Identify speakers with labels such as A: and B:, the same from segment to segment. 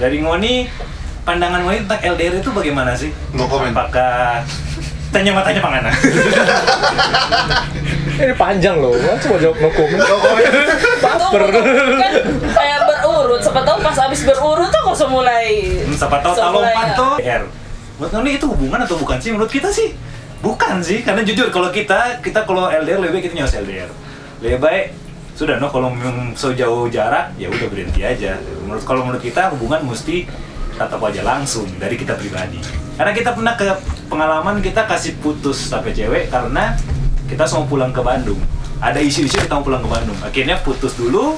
A: Dari Ngoni, pandangan Ngoni tentang LDR itu bagaimana sih?
B: No comment.
A: Apakah tanya matanya pangana?
C: Ini panjang loh, gua cuma jawab no comment.
B: No comment.
C: Baper.
D: Tunggu, tunggu, kan kayak berurut. Siapa tahu pas habis berurut tuh kok mulai.
A: Hmm, Siapa tahu
D: langsung
A: tak
D: mulai,
A: lompat
D: ya.
A: tuh. LDR. Menurut Ngoni itu hubungan atau bukan sih? Menurut kita sih bukan sih, karena jujur kalau kita kita kalau LDR lebih baik kita nyos LDR. Lebih baik sudah no kalau memang sejauh jarak ya udah berhenti aja. Menurut kalau menurut kita hubungan mesti tatap aja langsung dari kita pribadi. Karena kita pernah ke pengalaman kita kasih putus sampai cewek karena kita semua pulang ke Bandung. Ada isu-isu kita mau pulang ke Bandung. Akhirnya putus dulu,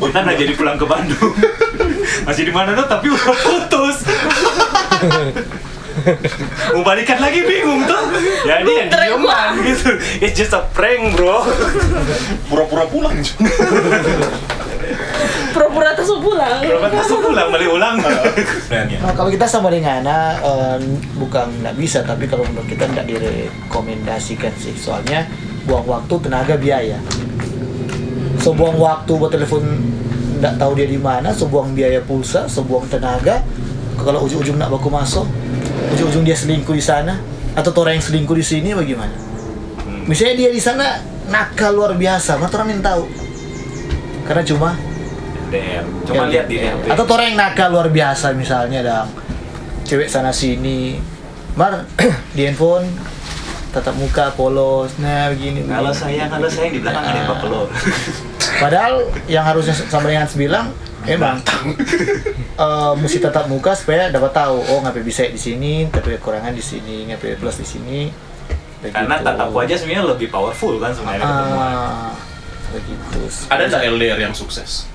A: kita nggak jadi pulang ke Bandung. Masih di Ah, mana tuh tapi udah putus. mau balikan lagi bingung tuh. Jadi yang
D: Muter gua.
A: dieman gitu. It's just a prank, bro.
B: Pura-pura pulang. cuy.
D: ya, Pura-pura tuh langsung pulang.
A: Berapa masuk ulang balik ulang. Sebenarnya.
E: Nah, kalau kita sama dengan Ana eh, bukan nggak bisa, tapi kalau menurut kita nggak direkomendasikan sih, soalnya buang waktu, tenaga, biaya. So buang waktu buat telepon nggak tahu dia di mana, so buang biaya pulsa, so buang tenaga. Kalau ujung-ujung nak baku masuk, ujung-ujung dia selingkuh di sana, atau orang yang selingkuh di sini bagaimana?
C: Hmm.
E: Misalnya dia di sana nakal luar biasa, mana orang yang tahu? Karena cuma
A: DM. Cuma lihat di
E: LDR.
A: RT.
E: Atau orang yang nakal luar biasa misalnya dang cewek sana sini. Mar di handphone tatap muka polos nah begini.
A: kalau
E: begini.
A: sayang, kalau sayang di belakang ada bapak lo.
E: Padahal yang harusnya sama dengan Hans bilang emang eh, mesti tatap muka supaya dapat tahu oh ngapain bisa di sini, tapi kekurangan di sini, ngapain plus di sini. Begitu.
A: Karena tatap wajah sebenarnya lebih powerful kan sebenarnya ketemuan.
E: Ah, begitu.
F: Ada nggak LDR yang sukses?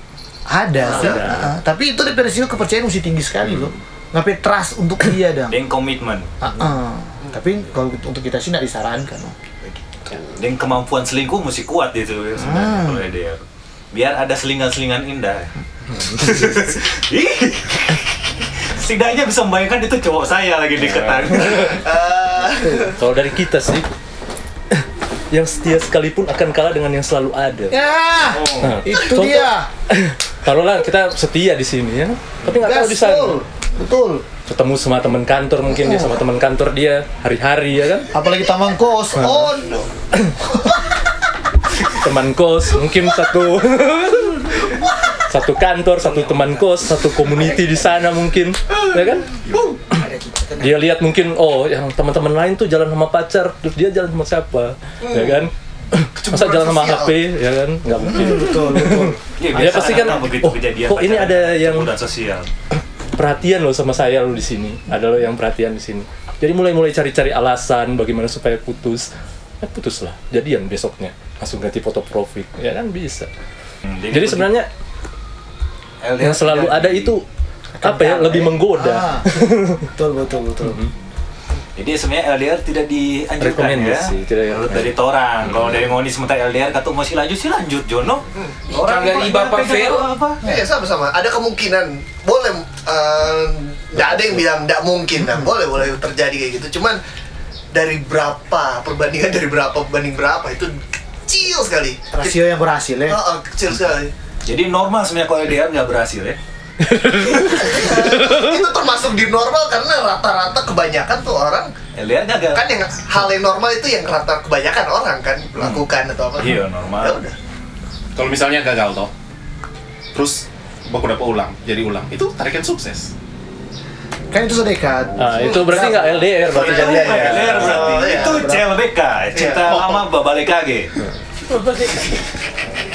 E: Ada sih.
A: Ada.
E: ah. tapi itu dari resiko kepercayaan mesti tinggi sekali loh. Ngapain trust untuk dia dong.
A: Deng komitmen,
E: Ah, ah. Tapi kalau untuk kita sih nggak disarankan. loh.
A: deng kemampuan selingkuh mesti kuat itu sebenarnya
E: Hmm.
A: kalau LDR. Biar ada selingan-selingan indah. Setidaknya bisa membayangkan itu cowok saya lagi
C: Ya.
A: deketan.
C: Kalau dari kita sih yang setia sekalipun akan kalah dengan yang selalu ada.
E: Ya,
C: Nah,
E: itu
C: contoh-
E: dia.
C: Kalau lah kita setia di sini ya, tapi nggak tahu di
E: Gaspol.
C: sana.
E: Betul.
C: Ketemu sama teman kantor mungkin dia sama teman kantor dia hari-hari ya kan.
E: Apalagi taman kos. Oh, no.
C: Teman kos mungkin satu satu kantor, satu teman kos, satu community di sana mungkin ya kan. Dia lihat mungkin oh yang teman-teman lain tuh jalan sama pacar, terus dia jalan sama siapa ya
E: Hmm.
C: kan. Masa jalan sama HP ya kan? Nggak mungkin.
E: betul, betul.
A: Ya,
C: Dia
A: biasa
C: pasti kan,
A: anak-anak begitu
C: oh,
A: kejadian
C: kok ini
A: pacaran,
C: ada yang-
A: kemudahan sosial.
C: perhatian lo sama saya lo di sini ada lo yang perhatian di sini jadi mulai mulai cari cari alasan bagaimana supaya putus eh, putus lah jadian besoknya langsung ganti foto profil ya kan bisa
A: Hmm,
C: jadi sebenarnya yang selalu ada itu apa ya lebih menggoda
E: Ah, betul, betul, betul.
A: Jadi sebenarnya LDR tidak dianjurkan ya.
C: Rekomendasi,
A: Menurut
C: tidak rekomendasi.
A: dari Torang, kalau dari Ngoni sementara LDR kata masih lanjut sih lanjut Jono.
G: Kalau
A: Pak-
G: dari Bapak
A: Pak-
G: Vero?
A: apa?
H: Eh sama-sama. Ada kemungkinan boleh eh, nggak ada yang bilang nggak mungkin nah, boleh boleh terjadi kayak gitu. Cuman dari berapa perbandingan dari berapa banding berapa itu kecil sekali.
E: Rasio yang berhasil ya.
H: Oh, oh, kecil sekali.
A: Jadi normal sebenarnya kalau LDR nggak berhasil ya.
H: itu termasuk di normal karena rata-rata kebanyakan tuh orang
A: LDR gagal.
H: kan yang hal yang normal itu yang rata kebanyakan orang kan lakukan atau apa.
A: Iya,
H: Ya
A: normal.
H: udah.
F: Kalau misalnya gagal toh, terus baku dapat ulang, jadi ulang, itu tarikan sukses.
E: Kan itu sedekat.
C: nah, itu berarti nggak LDR berarti
A: Itu
C: jadi
A: bukan LDR berarti.
H: Oh, iya,
A: Itu CLBK, cinta
F: Iya.
A: lama babalik lagi.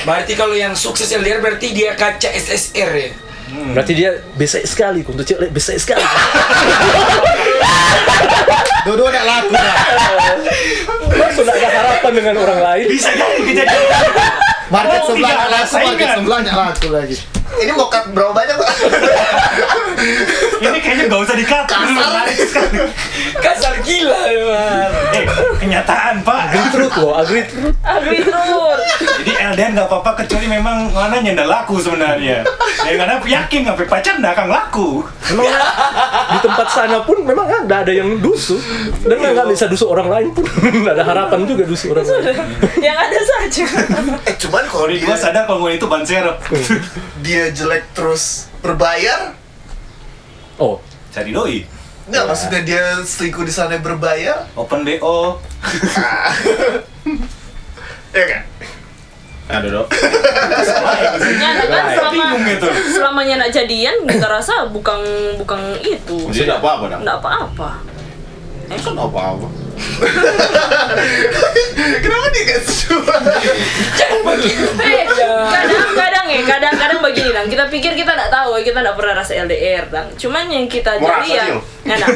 G: Berarti kalau yang sukses LDR berarti dia kaca SSR ya.
C: berarti dia besek sekali untuk cewek besek sekali
E: Dua-dua nggak laku dah.
C: langsung nggak ada harapan dengan orang lain
A: Bisa jadi kejadian.
E: Market
A: Oh,
E: sebelah
A: tidak
E: nggak
A: ada
E: laku, market
A: saingan.
E: sebelah nggak laku lagi.
H: Ini mau cut berapa banyak Pak?
A: Ini kayaknya nggak usah dikat.
G: Kasar gila emang.
A: Eh, kenyataan Pak.
C: agree truth loh agree truth
D: Agri terus.
A: Jadi LDR nggak apa-apa kecuali memang mana nyenda laku sebenarnya. Ya karena yakin sampai pacar nggak akan laku.
C: memang di tempat sana pun memang kan nggak ada yang dusu dan nggak bisa dusu orang lain pun nggak ada harapan juga dusu orang lain
D: Yang ada saja.
H: Eh cuman kalau
A: Kalau di
H: dia,
A: dua sadar kalau itu ban serep.
H: dia jelek terus berbayar
C: Oh,
A: Cari doi.
H: Nggak, maksudnya dia selingkuh di sana berbayar,
A: Open BO.
H: ya kan?
F: Aduh, dok.
D: Ya, nah kan selama
A: Bingung itu.
D: selamanya nak jadian kita rasa bukan bukan itu.
F: Jadi nggak apa-apa, dong.
D: Enggak apa-apa. Eh,
F: Kan apa-apa.
H: Kenapa dia nggak setuju?
D: Eh, kadang-kadang ya, kadang-kadang begini lang. Kita pikir kita nggak tahu, kita nggak pernah rasa LDR lang. Cuman yang kita
F: Merasa,
D: jadi ya,
F: Cil.
D: ya, nah.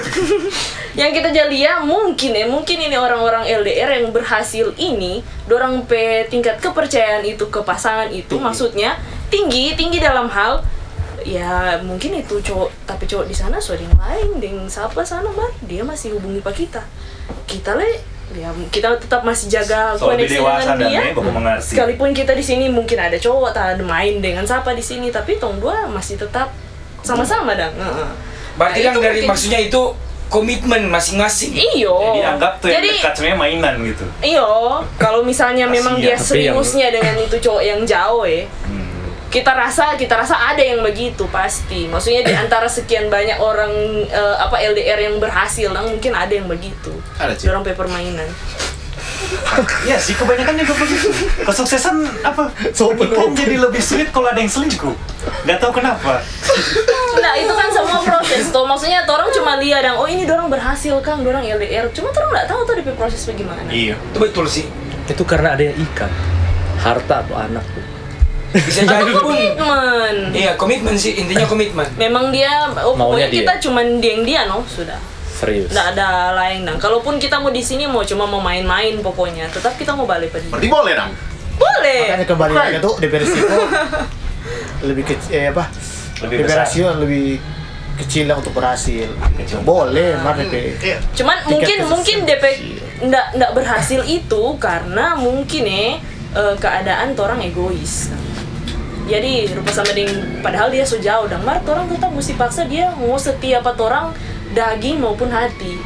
D: yang kita jadi ya mungkin ya, mungkin ini orang-orang LDR yang berhasil ini, dorang pe tingkat kepercayaan itu ke pasangan itu, maksudnya tinggi, tinggi dalam hal ya mungkin itu cowok tapi cowok di sana sudah yang lain dengan siapa sana mah dia masih hubungi pak kita kita le ya kita tetap masih jaga
A: So, lebih
D: koneksi
A: dewasa
D: dengan
A: dan
D: dia
A: bapak mengerti.
D: sekalipun kita di sini mungkin ada cowok tak ada main dengan siapa di sini tapi tong dua masih tetap sama-sama dang Heeh. Nah,
G: Berarti kan
D: itu
G: dari
D: mungkin-
G: maksudnya itu komitmen masing-masing.
D: iyo
A: Jadi anggap tuh yang
D: Jadi,
A: dekat sebenarnya mainan gitu.
D: iyo kalau misalnya memang dia
C: Kasian, tapi yang-
D: seriusnya dengan itu cowok yang jauh ya kita rasa kita rasa ada yang begitu pasti maksudnya di antara sekian banyak orang eh, apa LDR yang berhasil lang, mungkin ada yang begitu
F: Ada, Cil.
D: orang permainan
A: Iya sih kebanyakan juga begitu. Kesuksesan apa? Pernikahan jadi lebih sulit kalau ada yang selingkuh. Gak tahu kenapa.
D: Nah itu kan semua proses tuh maksudnya orang cuma lihat dan oh ini dorong berhasil kang dorong LDR cuma orang nggak tahu tuh DP proses bagaimana
F: Iya.
G: Itu betul sih.
C: itu karena ada yang ikat. Harta atau anak tuh.
G: Bisa
D: Atau
G: jadi pun.
D: komitmen
G: Iya, komitmen sih. Intinya komitmen.
D: memang dia oh, pokoknya
C: Maunya dia.
D: kita cuma dia yang dia no sudah
C: Serius.
G: Nah,
D: nggak ada lain dan kalaupun kita mau di sini mau cuma mau main-main pokoknya tetap kita mau balik pada
F: Berarti boleh, dong.
E: Makanya
D: boleh
E: kembali lagi tuh DP resiko lebih kecil eh, apa?
A: Lebih
E: DP
A: besar.
E: rasio lebih kecil lah untuk berhasil.
A: Kecil.
E: Boleh, mar DP.
H: Iya.
D: cuman
E: Tiket
D: mungkin
E: khusus.
D: mungkin DP nggak nggak berhasil itu karena mungkin ya eh, keadaan orang egois jadi rupa sama dengan padahal dia sejauh dan mar orang tetap mesti paksa dia mau setia apa orang daging maupun hati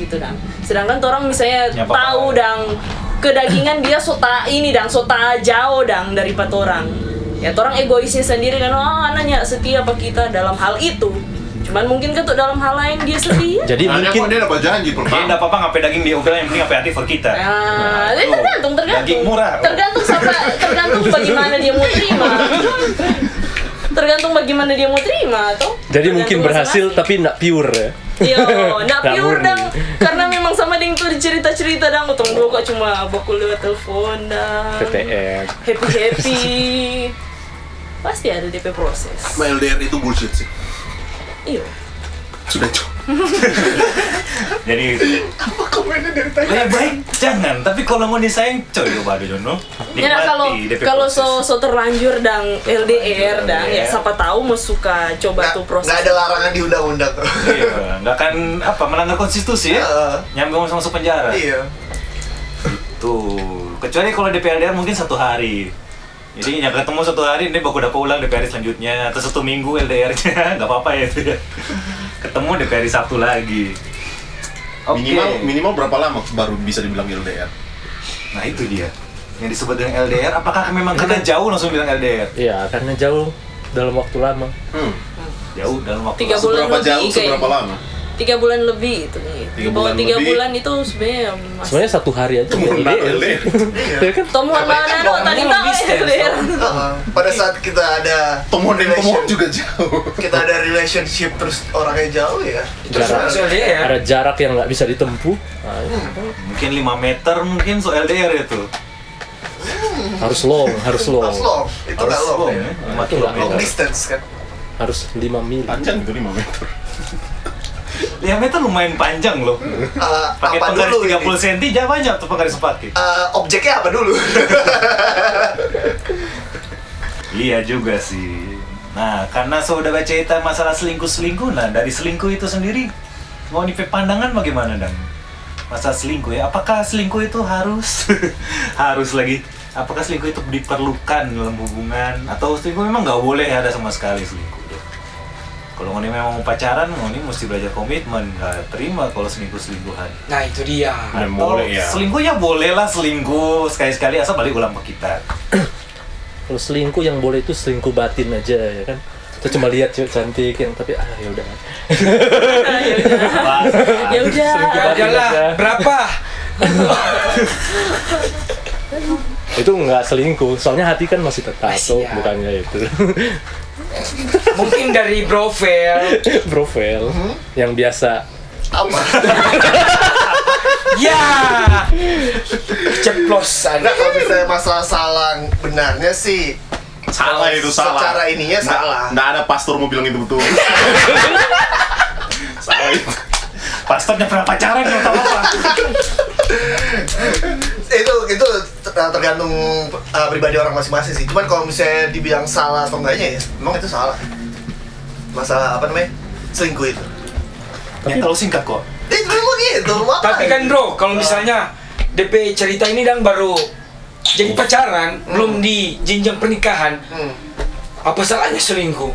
D: gitu dan sedangkan orang misalnya
A: Ya, apa-apa.
D: tahu dan kedagingan dia sota ini dan sota jauh dan dari orang ya orang egoisnya sendiri kan oh anaknya setia apa kita dalam hal itu cuman mungkin ketuk dalam hal lain dia setia
F: Ya,
C: Jadi
F: Nah,
B: Hanya
C: mungkin
B: kok dia dapat janji
A: Jadi
B: pertama.
A: nggak apa-apa ngapain daging dia udah yang penting ngapain hati for kita.
D: Ah,
A: Nah,
D: ini
A: tuh.
D: tergantung, tergantung.
A: Daging murah.
D: Tergantung sama tergantung bagaimana dia mau terima. tergantung bagaimana dia mau terima atau
C: jadi mungkin berhasil tapi nggak pure ya.
D: Yo, ndak
C: Nggak
D: Iya, pure
C: murni.
D: dang karena memang sama ding tuh cerita-cerita dang utang dua kok cuma bakul lewat telepon dang.
C: PTN.
D: Happy happy. Pasti ada DP proses.
B: Sama LDR itu bullshit sih.
D: Iya.
B: Sudah cukup.
A: Jadi
H: Apa komennya dari tadi?
A: lebih baik jangan. Tapi kalau mau disayang coy coba dulu no.
D: Ya, nah, kalau kalau so, so terlanjur dang LDR dang ya
A: LDR.
D: siapa tahu mau suka coba tuh proses.
H: Nggak ada larangan di undang-undang.
A: Iya. nggak akan apa melanggar konstitusi ya.
H: Heeh.
A: Nyambung langsung masuk penjara.
H: Iya.
A: Tuh, kecuali kalau DPRDR mungkin satu hari. Jadi yang ketemu satu hari ini baku dapat ulang DPR selanjutnya atau satu minggu LDR-nya nggak apa-apa ya itu ya. Ketemu DPR Sabtu lagi. Oke.
F: Minimal minimal berapa lama baru bisa dibilang LDR?
A: Nah itu dia. Yang disebut dengan LDR, apakah memang karena jauh langsung bilang LDR?
C: Iya, karena jauh dalam waktu lama.
F: Hmm.
A: Jauh dalam waktu
D: Tiga
A: langsung.
D: bulan
F: Seberapa
D: lebih
F: jauh,
D: kayak-
F: seberapa lama?
D: tiga bulan lebih itu nih
F: Tiga
D: di bawah
F: bulan
D: tiga
F: lebih.
D: bulan itu sebenarnya masih
C: Sebenarnya satu hari aja. udah
F: Benar,
C: LDR.
F: LDR.
C: Ya kan?
D: temuan
H: Tapi kan
D: mana no
H: ngomongnya
D: tadi tak eh,
G: lebih distance,
D: Lir.
H: Heeh. Pada saat kita ada
F: Temuan dan
H: relation-
F: temuan juga jauh.
H: kita ada relationship terus orangnya jauh ya.
G: Terus ya.
C: Jarak.
G: masuk LDR.
C: Ada jarak yang nggak bisa ditempuh. Nah,
A: Mungkin 5 meter mungkin so LDR itu.
C: harus long, harus long.
H: Harus long. Itu nggak
A: Harus
H: long.
A: long
H: ya.
A: ya.
C: Nah, itu nggak
H: Long
C: long.
H: distance kan.
C: Harus 5 mil.
F: Panjang itu 5 meter.
A: 5 meter lumayan panjang loh.
H: Eh,
A: Pakai
H: apa
A: penggaris
H: dulu
A: 30
H: ini?
A: cm jauh banyak tuh penggaris sepatu.
H: Eh, objeknya apa dulu?
A: Iya juga sih. Nah, karena saya udah baca cerita masalah selingkuh-selingkuh, nah dari selingkuh itu sendiri, mau nih pandangan bagaimana, Dang? Masa selingkuh ya, apakah selingkuh itu harus? harus lagi. Apakah selingkuh itu diperlukan dalam hubungan? Atau selingkuh memang nggak boleh ada sama sekali selingkuh? Kalau Ngoni memang mau pacaran, Ngoni mesti belajar komitmen. Nggak terima kalau selingkuh-selingkuhan.
G: Nah, itu dia.
A: Atau
F: Dan boleh ya.
A: selingkuh ya boleh lah selingkuh. Sekali-sekali asal balik ulang ke kita.
C: Kalau selingkuh yang boleh itu selingkuh batin aja ya kan. Terus cuma lihat cewek cantik yang tapi ah ya udah.
D: ya udah
C: Selingkuh.
G: Ya lah,
C: aja.
G: berapa?
C: Itu nggak selingkuh, soalnya hati kan masih tertato,
G: Masih ya.
C: bukannya itu.
G: Mungkin dari profil.
C: Profil yang biasa
H: apa
G: Ya. Ceplosan.
H: nah kalau misalnya masalah salang benarnya sih
B: Salah itu salah.
H: Secara ininya
B: Nggak-
H: salah.
B: Nggak ada pastor mau bilang itu betul. salah itu.
A: Pastornya pernah pacaran nggak tahu apa.
H: itu itu ter- tergantung uh, pribadi orang masing-masing sih cuman kalau misalnya dibilang salah atau enggaknya ya emang itu salah masalah apa namanya selingkuh itu
A: Yang terlalu singkat kok.
H: eh memang gitu mau apa
G: Tapi kan bro, kalau misalnya DP cerita ini dan baru jadi pacaran, belum di jenjang pernikahan,
H: Hmm,
G: apa salahnya selingkuh?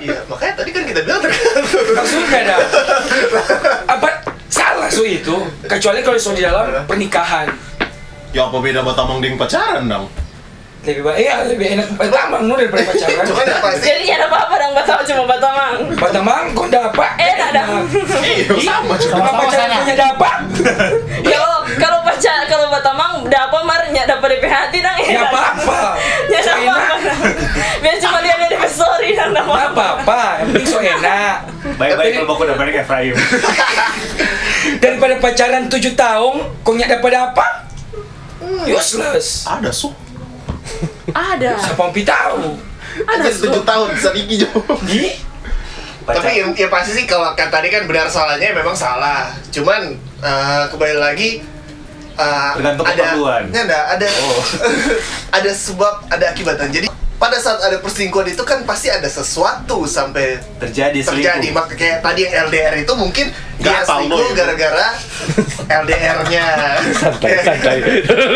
H: iya makanya tadi kan kita bilang tergantung
G: Maksudnya ada apa salah so itu? Kecuali kalau so di dalam pernikahan.
B: Ya apa beda batamang dengan pacaran dong?
G: Lebih baik, iya lebih enak batamang nu daripada pacaran.
H: cuman yang pasti
D: jadi ada apa-apa dong batamang cuma batamang
G: Batamang kok dapat
D: Enak dah.
F: Eh,
B: Iya, sama juga.
G: Cuma pacaran punya dapat.
D: ya kalau- kalau pacar kalau batamang dapat marnya dapat DP hati dong
G: Ya apa apa.
D: ya ada apa-apa dong. biar cuma lihat dari DP story dong
G: Nggak
D: dapat
G: apa-apa, yang penting so enak
A: Baik-baik kalau baku udah balik ya, Efraim.
G: Daripada pacaran 7 tahun, kau nyak daripada apa? Useless
B: Ada su.
D: ada
G: Siapa yang pi tahu?
D: ada
B: Aja tujuh tahun sedikit jauh.
G: Di?
A: Pacar.
H: Tapi yang, yang pasti sih kalau kata tadi kan benar salahnya memang salah. Cuman eh, kembali lagi eh,
A: Tergantung
H: ada
A: keperluan. Oh.
H: ya, ada ada, ada sebab ada akibatan. Jadi pada saat ada perselingkuhan itu kan pasti ada sesuatu sampai
A: terjadi
H: terjadi.
A: Iya, selingkuh.
H: Maka kayak tadi yang LDR itu mungkin dia
B: Gatal lo
H: selingkuh
B: itu.
H: gara-gara LDR-nya.
C: santai santai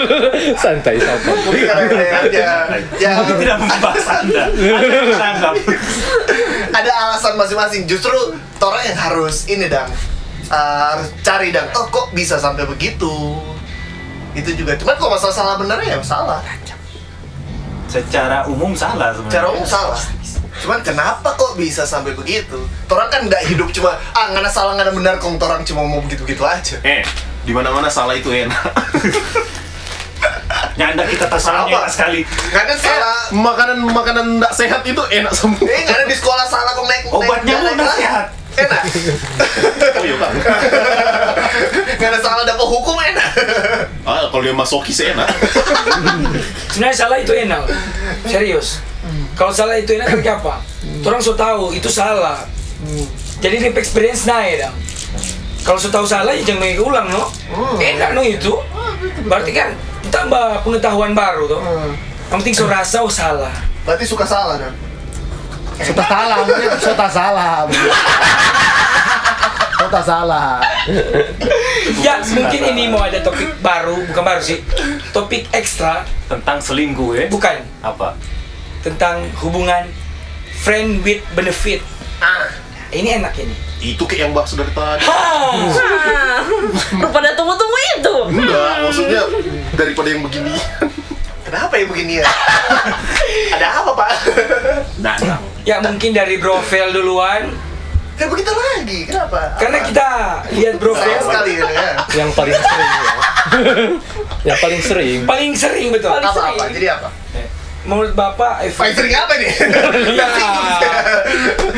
C: santai santai.
H: Mungkin karena LDR-nya. Ya,
A: Kami tidak membahas Anda. Anda yang menangkap.
H: ada alasan masing-masing justru orang yang harus ini dang eh, cari dang oh kok bisa sampai begitu itu juga cuman kalau masalah salah benernya ya salah
A: Secara umum salah sebenarnya.
H: cara umum salah cuman kenapa kok bisa sampai begitu orang kan nggak hidup cuma ah ngana salah ngana benar kong orang cuma mau begitu begitu aja
B: Eh, di mana-mana salah itu enak.
A: Nyanda kita
H: Salah
A: tersalahnya
H: apa?
A: enak sekali.
H: ngana salah
B: Makanan makanan nggak sehat itu enak semua.
H: eh ngana di sekolah salah kok naik
A: Obatnya
H: naik-
A: pun
H: naik- naik-
A: sehat.
H: enak
B: Oh, iya, Pak.
H: ngana salah dapat hukum enak
B: Ah, kalau dia masokis enak.
G: Sebenarnya salah itu enak Serius Kalau salah itu enak tapi apa? Orang so tahu itu salah Jadi dia experience naik dong Kalau so tahu salah ya jangan lagi ulang no Enak no itu Berarti kan tambah pengetahuan baru tuh Yang penting so rasa oh salah
H: berarti suka salah kan
E: Sota salah, mungkin sota salah. Sota salah.
G: Ya mungkin ini mau ada topik baru Bukan baru sih Topik ekstra
A: Tentang selingkuh ya.
G: Bukan
A: Apa?
G: Tentang hubungan Friend with benefit Ini enak ini
B: itu kayak yang bahas dari tadi.
D: Ah, rupanya tunggu-tunggu itu
B: Enggak, maksudnya daripada yang begini.
H: Kenapa ya begini ya? Ada apa pak?
B: Nah, nah.
G: Ya mungkin dari Brofel duluan
H: Kan begitu lagi, kenapa?
G: Karena
H: Apa?
G: kita lihat
H: sayang
G: Brofel
H: sekali ya. ya.
C: Yang paling sering ya. yang paling sering
G: paling sering betul
D: Paling-
H: Apa apa? Jadi apa?
G: Menurut Bapak eh,
H: Fighting apa nih?
G: Ya.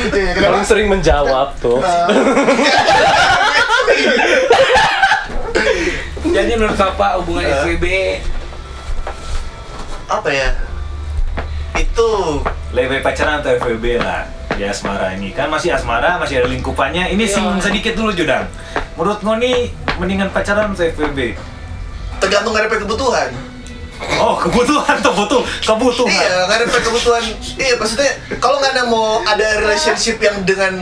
H: Iya, kenapa?
C: paling sering menjawab tuh.
G: Jadi menurut Bapak hubungan
H: Ya.
G: FWB
H: apa ya? Itu
A: Lebih pacaran atau FWB lah di asmara ini kan masih asmara masih ada lingkupannya ini
H: Iya.
A: sing sedikit dulu Jodang menurut Ngoni mendingan pacaran atau FWB
H: tergantung ngarepin kebutuhan.
A: oh kebutuhan tuh betul kebutuhan
H: Iya, ngarepin kebutuhan. Iya, maksudnya kalau nggak ada mau ada relationship yang dengan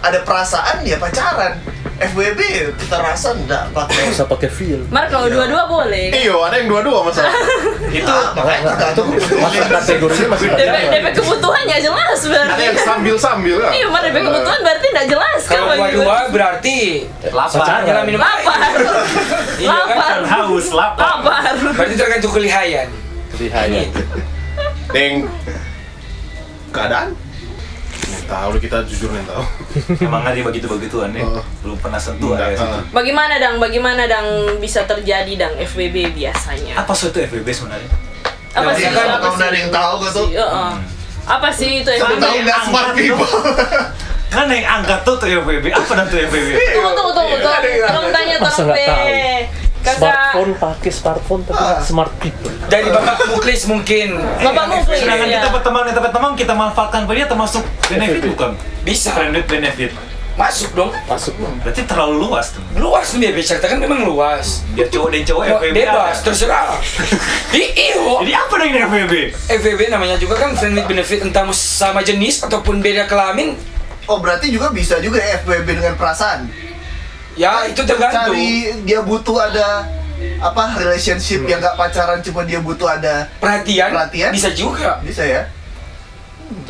H: ada perasaan ya pacaran. FWB kita rasa enggak pakai.
C: Bisa pakai feel.
D: Mar kalau dua-dua boleh
B: Iyo, ada yang dua-dua masalah.
A: itu
H: Ah, makanya Iya. tergantung
C: Masuk kategorinya masih
D: DP,
C: pacaran.
D: DP kebutuhannya jelas
B: ada
D: berarti
B: yang sambil-sambil kan.
D: Iya, Mar DP kebutuhan berarti nggak jelas kan
G: Kalau
D: bagi gue.
G: dua-dua berarti
C: Ah,
A: lapar
G: Nyala minum
D: Lapar
G: Iya
D: Lapar.
G: kan?
A: haus lapar
D: Lapar
G: Berarti tergantung kelihayan
C: Lihai.
B: Deng. Keadaan?
F: Yang tahu lu, kita jujur yang tahu.
A: Emang ada yang begitu-begituan ya?
B: Oh.
A: Belum pernah sentuh area
F: Enggak,
A: situ.
F: ah.
D: Bagaimana dang? Bagaimana dang bisa terjadi dang FBB biasanya?
A: Apa sih itu FBB sebenarnya?
D: Apa
H: Ya,
D: sih?
H: ya kan,
D: apa
H: kalau nggak ada yang tahu gua tuh.
D: Heeh. Apa sih itu
H: Siapa
D: FBB?
H: tahu nggak smart people.
A: Kan yang angkat tuh tuh FBB, apa dan tuh FBB?
D: Tunggu tunggu tunggu tunggu. Tolong tanya
C: Masa
D: tolong
C: nggak
D: be.
C: tahu?
D: Kakak
G: kan
C: Smartphone pakai smartphone tapi
G: Ah.
C: nggak smart people.
G: Dari Bapak Muklis mungkin
D: Bapak Muklis,
A: Sedangkan
D: iya.
A: kita berteman dengan teman-teman, kita manfaatkan pada dia termasuk benefit bukan?
G: Bisa.
A: Benefit, benefit.
G: masuk dong.
C: Masuk
G: Hmm.
C: dong.
A: Berarti terlalu luas tuh.
G: Luas nih dia cerita kan memang luas.
A: Dia cowok dan cowok
G: Mau
A: FBB.
G: Bebas,
A: ada.
G: terserah. I- Iyo,
A: Jadi apa dong ini FBB?
G: FVB namanya juga kan friendly benefit entah sama jenis ataupun beda kelamin.
H: Oh berarti juga bisa juga ya FWB dengan perasaan.
G: Ya itu tergantung.
H: Cari dia butuh ada apa relationship yang nggak pacaran cuma dia butuh ada
G: Perhatian,
H: Perhatian?
G: bisa juga.
H: bisa ya.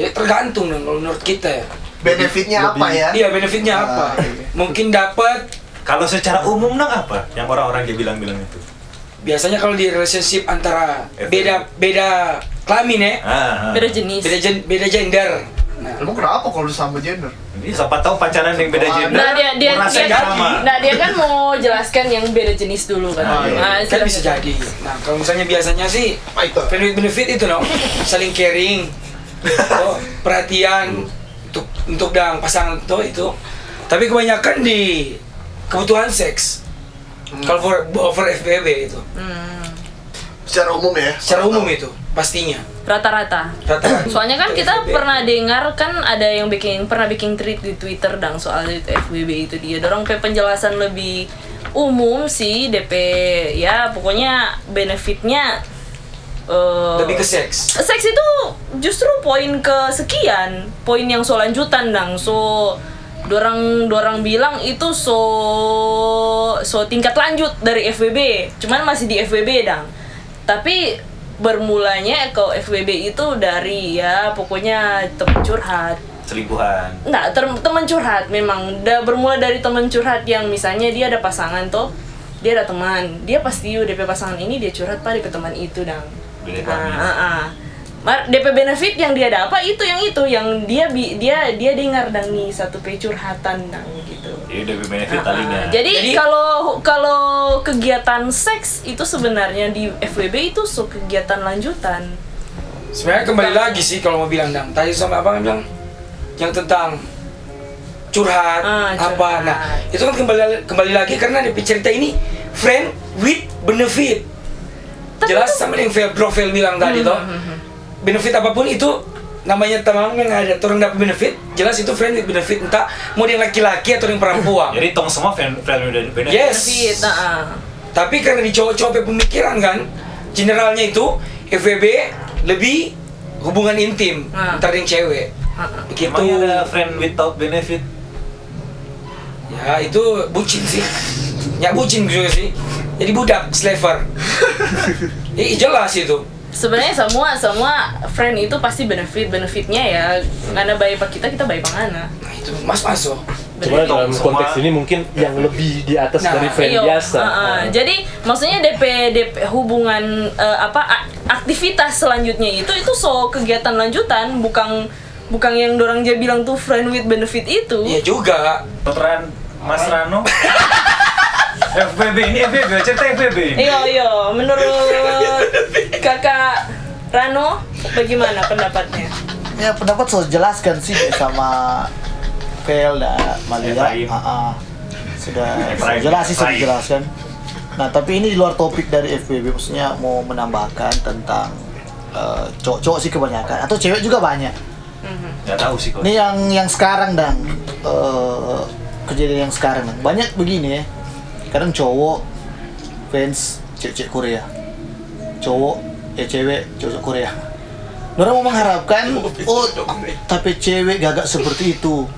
G: Jadi tergantung dong kalau menurut kita ya.
H: Benefitnya apa ya?
G: Iya benefitnya apa?
H: Kan? Ah, iya.
G: Mungkin dapat
A: Kalau secara umum nang apa? Yang orang-orang dia bilang-bilang itu.
G: biasanya kalau di relationship antara
A: FVB.
G: beda beda kelamin ya,
A: Ah, ah.
D: beda jenis.
G: beda gen- beda gender. Nah,
H: Emang kenapa kalau sama gender?
A: Iya, Siapa tahu pacaran yang beda
H: Nah,
A: gender,
D: Nah dia dia
A: merasa
D: dia,
A: sama.
D: nah, dia kan mau jelaskan yang beda jenis dulu kan.
H: Ah, iya.
D: Nah,
G: kan
D: silakan.
G: bisa jadi. Nah, kalau misalnya biasanya sih
H: Apa itu?
G: friendly benefit Ah, itu no, saling caring, oh, perhatian untuk untuk dang pasangan tuh itu. Tapi kebanyakan di kebutuhan seks. Kalau for, over FBB itu,
H: Secara umum ya.
G: secara umum itu pastinya
D: Rata-rata.
G: rata-rata.
D: Soalnya kan
G: Untuk
D: kita
G: FBB.
D: pernah dengar kan ada yang bikin pernah bikin tweet di Twitter dang soal itu FBB itu dia. Dorong ke penjelasan lebih umum sih DP ya pokoknya benefitnya eh,
G: lebih ke seks.
D: seks itu justru poin kesekian poin yang so lanjutan dang so dorang dorang bilang itu so so tingkat lanjut dari FWB cuman masih di FWB dang tapi bermulanya ke FWB itu dari ya pokoknya teman curhat
A: Selingkuhan.
D: Nggak, ter- teman curhat memang udah bermula dari teman curhat yang misalnya dia ada pasangan tuh dia ada teman dia pasti "Yuh, DP pasangan ini dia curhat pak DP teman itu dang
A: Beda
D: Ah,
A: kelamin.
D: ah, ah. Mar- DP benefit yang dia dapat itu yang itu yang dia bi- dia dia dengar dang nih satu P curhatan dang gitu
A: Jadi udah benefit ya.
D: Ah, ah.
A: talinya.
D: Jadi
G: Jadi-
D: kalau kalau kegiatan seks itu sebenarnya di FWB itu so kegiatan lanjutan.
G: Sebenarnya kembali lagi sih kalau mau bilang dang. Tadi sama abang bilang yang tentang curhat,
D: Ah, curhat.
G: apa. Nah itu kan kembali kembali lagi karena di cerita ini friend with benefit.
D: Tapi
G: Jelas
D: itu-
G: sama yang Fel- Bro Fel bilang tadi
D: Hmm,
G: toh. Benefit apapun itu namanya teman yang ada orang dapat benefit, jelas itu friend with benefit entah mau dia laki-laki atau yang perempuan.
A: Jadi tong semua friend friend udah benefit.
G: Yes.
D: Benefit, ah, ah.
G: Tapi karena di cowok-cowok punya pemikiran kan, generalnya itu FWB lebih hubungan intim
D: Ah.
G: antara yang cewek. Gitu.
D: Ah, ah.
G: Begitu.
A: Emangnya ada friend without benefit?
G: Ya itu bucin sih. Ya bucin juga sih. Jadi budak, slaver. ya, jelas itu.
D: sebenarnya semua semua friend itu pasti benefit benefitnya ya karena baik pak kita kita baik pangana
G: Nah itu mas masuk.
C: Cuma
A: Berarti
C: dalam
A: semua-
C: konteks ini mungkin yang lebih di atas
G: Nah,
C: dari friend
D: Iyo,
C: biasa. Ah.
D: uh-uh. jadi maksudnya DP DP hubungan eh, apa a- aktivitas selanjutnya itu itu so kegiatan lanjutan bukan bukan yang dorang dia bilang tuh friend with benefit itu
G: Iya juga.
A: Peran Mas Rano. FBB ini FBB, cerita FBB.
E: Eh,
D: Iyo iyo menurut kakak Rano bagaimana pendapatnya
E: ya pendapat saya jelaskan sih sama Fel dan Malia
A: Efraim.
E: Ah, ah. sudah
A: Efraim,
E: jelas sih sudah
A: Efraim.
E: jelaskan nah tapi ini di luar topik dari FBB maksudnya mau menambahkan tentang eh, cowok-cowok sih kebanyakan atau cewek juga banyak
A: Gak tahu sih kok.
E: ini yang yang sekarang dan eh, kejadian yang sekarang Dang. banyak begini ya kadang cowok fans cewek-cewek Korea cowok eh cewek cowok Korea Orang mau mengharapkan oh tapi cewek gagak seperti itu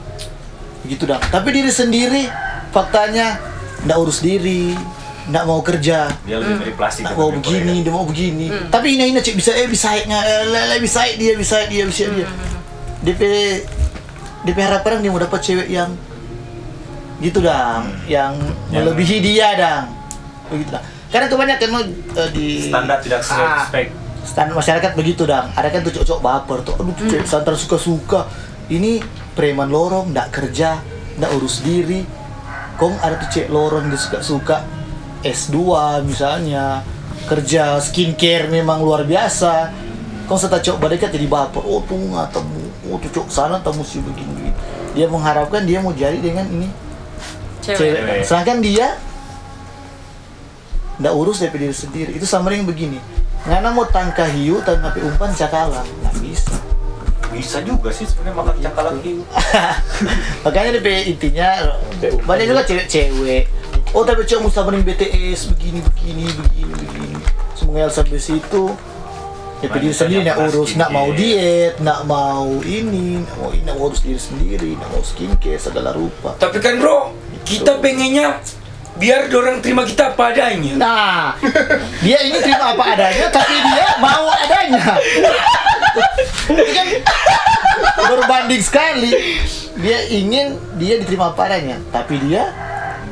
E: begitu dong tapi diri sendiri faktanya ndak urus diri ndak mau kerja
A: Dia lebih mirip plastik.
E: Nak mau
A: daripada Korea.
E: begini, dia mau begini. Tapi ini ini cek bisa eh bisa nya, lele bisa eh, dia bisa eh, dia bisa eh, dia. DP DP harap orang dia mau dapat cewek yang gitu dang, yang
A: Hmm. Yang-
E: melebihi dia dang. Begitu dang. Karena kebanyakan eh, di
A: Standar tidak sesuai
E: Ah,
A: spek.
E: standar masyarakat begitu dang. Ada kan tuh cocok baper tuh. Aduh, tuh cewek santer suka-suka. ini preman lorong ndak kerja ndak urus diri kong ada tuh cek lorong dia suka suka S2 misalnya kerja skincare memang luar biasa kong serta cok badai jadi baper oh tuh nggak temu oh tuh cok sana temu si begini begini. dia mengharapkan dia mau jadi dengan ini
A: Iya,
D: cewek.
E: cewek. Sedangkan dia ndak urus dari diri sendiri. Itu sama dengan begini. Ngana mau tangka hiu tanpa umpan cakalang. Nggak bisa.
A: Bisa juga sih sebenarnya makan cakal lagi.
E: Makanya DP intinya banyak juga cewek-cewek. Oh tapi cowok mustahil BTS begini begini begini begini. Semuanya sampai situ. Ya
A: Banyak
E: diri sendiri
A: yang
E: nggak urus,
A: plastik,
E: nggak mau
A: iya.
E: diet, nggak mau ini, nggak mau ini, nggak mau urus diri sendiri, nggak mau skincare segala rupa.
G: Tapi kan bro, kita pengennya biar orang terima kita apa adanya.
E: Nah, dia ini terima apa adanya, tapi dia mau adanya. Ini kan berbanding sekali. Dia ingin dia diterima apa adanya, tapi dia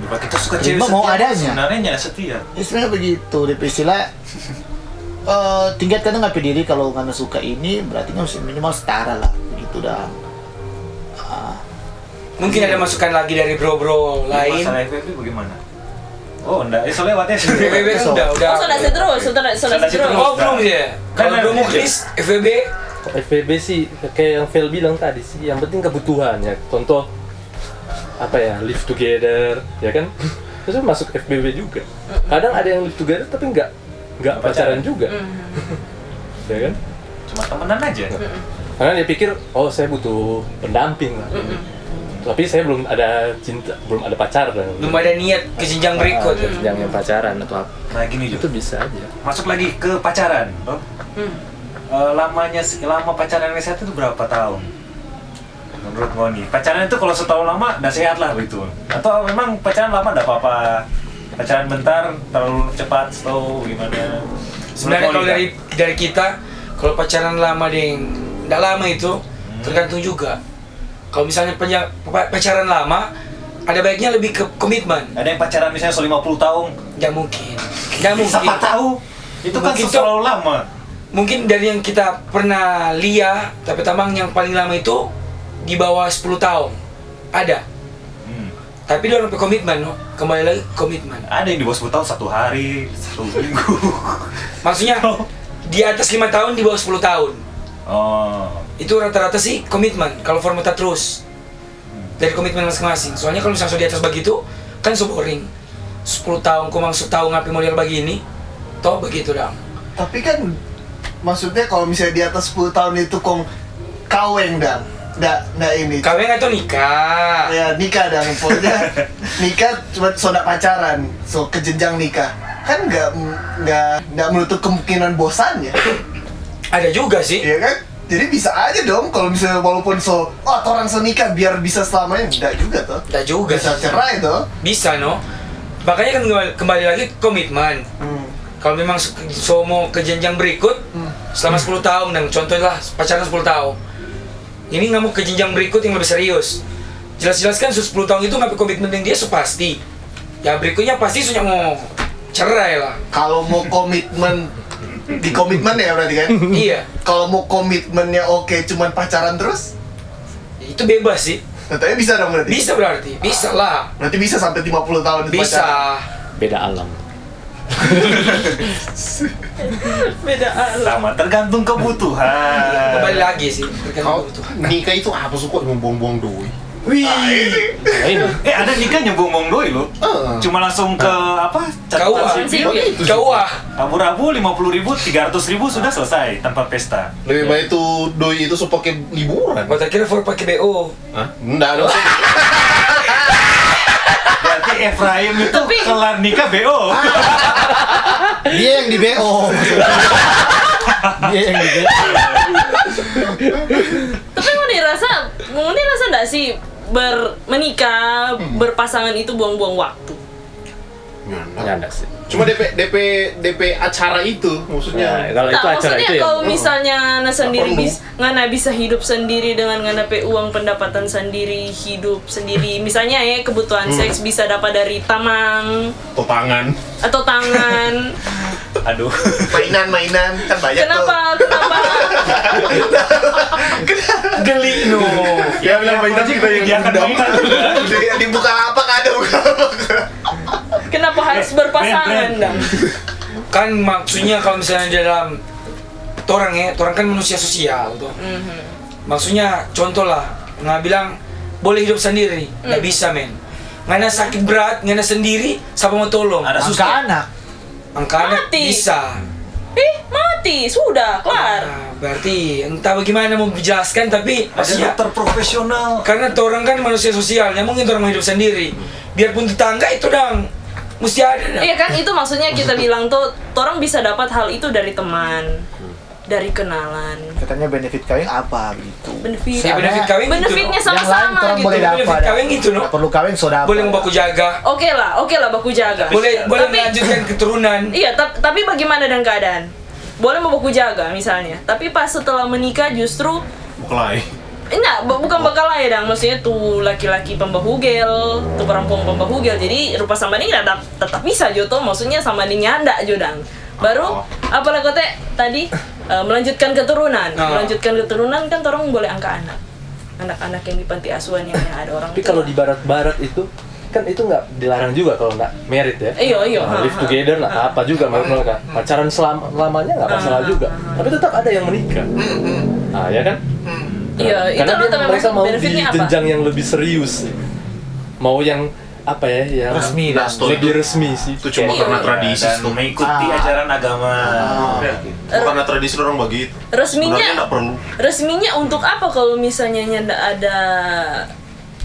A: Coba kita suka cewek
E: Terima mau
A: setia,
E: adanya.
A: Sebenarnya nyari setia.
E: ya sebenarnya begitu. Di istilah eh tingkatkan nggak diri kalau nggak suka ini berarti nggak mesti minimal setara lah begitu dah
G: Mungkin ada masukan lagi dari
A: Lain.
G: bro-bro lain.
A: Masalah FFP bagaimana? Oh, enggak. Eh, soalnya lewatnya sih.
G: FBB
E: Besok.
G: sudah, kan udah.
D: Oh, sudah terus, sudah sudah
A: Sudah
D: terus.
G: Oh, belum ya? Kalau
A: Kan
G: belum
A: ada-
G: muklis, FBB
C: FPB sih kayak yang Fel bilang tadi sih yang penting kebutuhan ya contoh apa ya live together ya kan terus masuk FBB juga kadang ada yang live together tapi nggak nggak
A: Nggak pacaran.
C: pacaran juga
D: Hmm.
C: ya kan
A: Cuma temenan aja.
C: karena dia pikir oh saya butuh pendamping lah
D: Hmm.
C: tapi saya belum ada cinta belum ada pacar dan
G: belum ada niat ke jenjang berikut.
C: Ah, yang
D: Hmm.
C: yang pacaran atau apa
A: Nah, gini
C: itu
A: juga.
C: bisa aja
A: Masuk lagi ke pacaran. Bro. Eh, lamanya lama pacaran yang sehat itu berapa tahun? Menurut Moni, pacaran itu kalau setahun lama udah sehat lah gitu. Atau memang pacaran lama enggak apa-apa? Pacaran bentar terlalu cepat atau gimana?
G: Sebenarnya
A: Menurut
G: kalau
A: Moni,
G: dari dari kita, kalau pacaran lama ding, nggak lama itu tergantung juga. Kalau misalnya penja- pa- pacaran lama, ada baiknya lebih ke komitmen.
A: ada yang pacaran misalnya soal 50 tahun,
G: Nggak mungkin, nggak Ya, mungkin.
A: siapa tahu? Itu kan
G: Mungkin
A: terlalu lama.
G: Mungkin dari yang kita pernah lihat, tapi tamang yang paling lama itu di bawah 10 tahun. Ada.
A: Hmm.
G: Tapi dia orang berkomitmen, no? kembali lagi komitmen.
A: Ada yang di bawah 10 tahun satu hari, satu minggu.
G: Maksudnya di atas lima tahun, di bawah 10 tahun.
A: oh,
G: Itu rata-rata sih komitmen. Kalau formata terus dari komitmen masing-masing. Soalnya kalau misalnya di atas begitu kan so boring. 10 tahun, kumang setahun ngapain model begini, toh begitu dong.
H: Tapi kan maksudnya kalau misalnya di atas 10 tahun itu kong kaweng dan ndak ndak ini.
G: Kawin atau nikah?
H: ya nikah dan pokoknya nikah cuma sodak pacaran so ke jenjang nikah kan nggak nggak nggak menutup kemungkinan bosannya
G: Ada juga sih.
H: ya kan jadi bisa aja dong kalau misalnya walaupun so oh atau orang so nikah biar bisa selamanya nggak juga toh
G: Ada juga.
H: bisa
G: sih.
H: cerai toh
G: Bisa no. Makanya kan kembali- kembali lagi ke komitmen.
H: hmm.
G: Kalau memang se- so mau ke jenjang berikut selama 10 tahun dan contohnya lah pacaran 10 tahun. Ini nggak mau ke jenjang berikut yang lebih serius. Jelas-jelas kan so 10 tahun itu nggak komitmen dengan dia so pasti. Ya berikutnya pasti sudah mau cerai lah.
H: kalau mau komitmen di komitmen ya berarti kan
G: iya,
H: kalau mau komitmennya oke cuman pacaran terus
G: itu bebas sih.
H: katanya bisa dong berarti
G: Bisa berarti, bisa lah.
H: berarti bisa sampai 50 tahun itu pacaran.
G: Bisa.
C: beda alam
D: Beda alam.
A: lama tergantung
G: Kembali
A: kebutuhan.
G: lagi sih
B: Kau
G: tergantung kebutuhan.
B: nikah itu apa sih kok buang-buang duit?
H: Ah,
C: Nah, ini
A: eh, ada nikah nyebong-bong doi loh.
B: Ah.
A: Cuma langsung ke apa?
G: Kau ah,
A: sipil.
D: Sipil.
G: kau ah.
A: Abu-abu 50 ribu, 300 ribu sudah selesai tanpa pesta.
B: Lebih baik itu doi itu so pakai liburan.
G: Kau tak kira for pakai BO.
B: Hah? Enggak dong.
A: Berarti Efraim itu
D: Tapi-
A: kelar nikah BO.
E: dia yang di BO maksudnya. dia yang di BO
D: Tapi mau dirasa, mau dirasa enggak sih ber menikah,
C: Hmm.
D: berpasangan itu buang-buang waktu.
C: nggak ada sih
B: Cuma DP DP DP acara itu
C: Nah,
B: maksudnya.
C: kalau
D: Tak,
C: itu acara
D: maksudnya
C: itu ya
D: kalau misalnya ngana sendiri
B: perlu.
D: bis, ngana bisa hidup sendiri dengan ngana pe uang pendapatan sendiri, hidup sendiri. Misalnya ya
C: Hmm.
D: kebutuhan seks bisa dapat dari tamang
B: Topangan.
D: atau tangan.
A: aduh
H: mainan-mainan kan
C: Ya,
H: banyak
D: kenapa
H: tuh.
D: kenapa
G: Geli no.
B: Ya bilang mainan kita yang
A: gitu, dia akan
B: diundang.
A: mainan
H: Di, dibuka apa ada buka apa?
D: kenapa harus
A: Eh,
D: berpasangan
A: Bren, Bren.
D: dong
G: Kan maksudnya kalau misalnya di dalam torang ya, torang kan manusia sosial tuh.
D: Mm-hmm.
G: Maksudnya contoh lah, nggak bilang boleh hidup sendiri, nggak
D: Mm.
G: bisa men. Ngana sakit berat, ngana sendiri, siapa mau tolong?
A: Ada
E: Angka
A: suster.
E: anak.
G: Angka anak
D: Mati.
G: bisa.
D: ih mati sudah kelar
G: Nah, berarti entah bagaimana mau menjelaskan tapi
A: masih
G: maksudnya
A: dokter profesional
G: karena orang kan manusia sosial, yang mungkin orang hidup sendiri. Biarpun tetangga itu dong mesti ada. dong.
D: Iya kan itu maksudnya kita bilang tuh orang bisa dapat hal itu dari teman, dari kenalan.
E: Katanya benefit kawin apa gitu.
D: Benefit.
G: Saya benefit kawin gitu.
D: Benefitnya
G: dong.
E: yang lain
D: sama-sama
E: orang
D: gitu.
E: boleh dapat.
G: Benefit kawin gitu, no?
E: Nggak perlu kawin sudah
G: Boleh membaku jaga,
D: Oke lah, oke lah baku jaga.
G: boleh
A: iya.
G: boleh
D: tapi,
G: melanjutkan keturunan.
D: Iya, tap- tapi bagaimana dengan keadaan? Boleh mau baku jaga misalnya, tapi pas setelah menikah justru
F: Mulai.
D: Enggak, bu- bukan bakal ya dang, maksudnya tuh laki-laki pembahugel, tuh perempuan pembahugel, jadi rupa sama ini tetap, tetap bisa jodoh, maksudnya sama ini nyanda jodang.
F: Oh.
D: Baru, apalah kote tadi eh, melanjutkan keturunan,
C: Nah.
G: Oh.
D: melanjutkan keturunan kan orang boleh angka anak, anak-anak yang di panti asuhan yang ada orang.
C: Tapi kalau
D: tua.
C: di barat-barat itu kan itu nggak dilarang juga kalau nggak merit ya.
D: Iya, Ah, iya.
C: Nah, live
D: Ha, ha.
C: together nggak apa juga menurut mereka. Pacaran selama lamanya nggak masalah
D: Ah,
C: juga. Tapi tetap ada yang menikah. Ah ya kan?
D: Hmm, Iya, itu
C: Karena
D: lo
C: dia,
D: tambah
C: mereka mau di
D: benefitnya apa?
C: jenjang yang lebih serius. Mau yang apa ya? Yang
E: resmi
B: Nah,
E: dan
B: story
C: lebih resmi sih.
F: Itu cuma
D: Iya. ya.
F: karena
D: Iya,
F: tradisi
A: dan
F: itu.
A: mengikuti
E: Ah.
A: ajaran agama
B: Ah,
F: Bukan karena tradisi orang begitu. Sebenarnya
D: Resminya,
F: nggak perlu.
D: resminya untuk apa kalau misalnya nyanda ada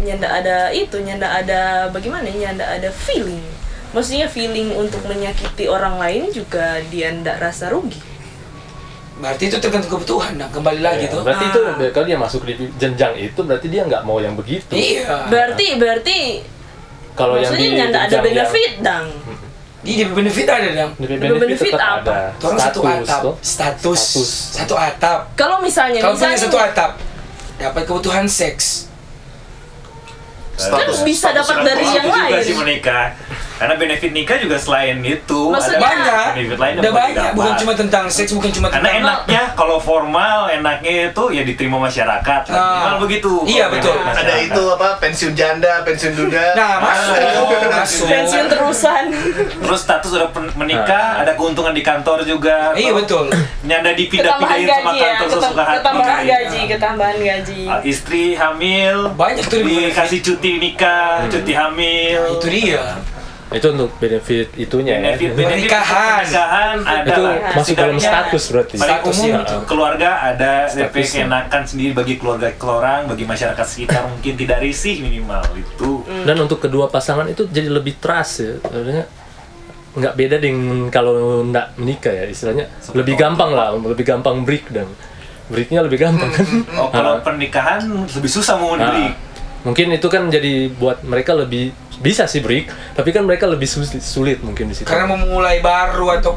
D: nyanda ada itu nyanda ada bagaimana ya, nyanda ada feeling maksudnya feeling untuk menyakiti orang lain juga dia ndak rasa rugi
G: Berarti itu tergantung kebutuhan dong, kembali lagi
A: Iya,
C: Ya,
G: tuh.
C: berarti
D: Ah.
C: itu kalau dia masuk di jenjang itu berarti dia nggak mau yang begitu.
G: Iya.
D: berarti berarti
C: Kalau yang
D: maksudnya
C: di
D: nyanda
C: jenjang
D: ada
C: yang-
D: benefit dang
G: Jadi dia benefit ada dong.
D: Lebih
C: Lebih
D: benefit
C: benefit, tetap
D: apa?
C: ada.
G: Orang satu atap,
C: tuh.
G: status,
C: Status.
G: satu atap.
D: kalau misalnya
G: Kalau punya
D: misalnya
G: satu atap, dapat kebutuhan seks.
D: kan bisa dapat dari yang
A: Itu juga
D: lain
A: sih menikah karena benefit nikah juga selain itu
D: Maksudnya-
A: ada
G: Banyak,
A: benefit lain yang
G: udah
A: boleh
G: banyak.
A: didapat.
G: Bukan cuma tentang seks, bukan cuma
A: karena
G: tentang
A: enaknya kalau formal enaknya itu ya diterima masyarakat
G: Ah.
A: formal begitu Kalau
G: Iya, betul.
A: benefit
H: Ada
A: masyarakat.
H: itu apa pensiun janda, pensiun duda.
A: Ah.
G: Nah, masuk, masuk.
D: pensiun terusan
A: terus status udah pen-
H: Nah.
A: menikah ada keuntungan di kantor juga
G: Iya betul.
A: nyanda
D: ketambahan
A: dipindah-pindahin sama
D: gaji ya
A: kantor
D: ketam-
A: sesuka hati Iya.
D: ketambahan gaji ketambahan gaji
A: Ah, istri hamil
G: Banyak tuh di-
A: dikasih cuti nikah
H: Hmm.
A: cuti hamil
G: Itu dia.
C: Itu untuk benefit itunya ya.
A: benefit
C: Itu
A: benefit
G: Pernikahan.
A: pernikahan ada lah.
C: masuk dalam
A: Setidaknya
C: status berarti.
A: paling
G: Status,
A: umum
G: iya.
A: keluarga ada DP
C: Statusnya.
A: enakan sendiri bagi keluarga orang bagi masyarakat sekitar mungkin tidak risih minimal itu
C: Dan untuk kedua pasangan itu jadi lebih trust ya. Sebenarnya nggak beda dengan kalau nggak menikah ya istilahnya lebih gampang lah lebih gampang break dan breaknya lebih gampang kan
A: oh, kalau pernikahan lebih susah mau
C: Nah,
A: diri
C: mungkin itu kan jadi buat mereka lebih bisa sih break tapi kan mereka lebih sus- sulit, mungkin di situ
G: Karena memulai baru atau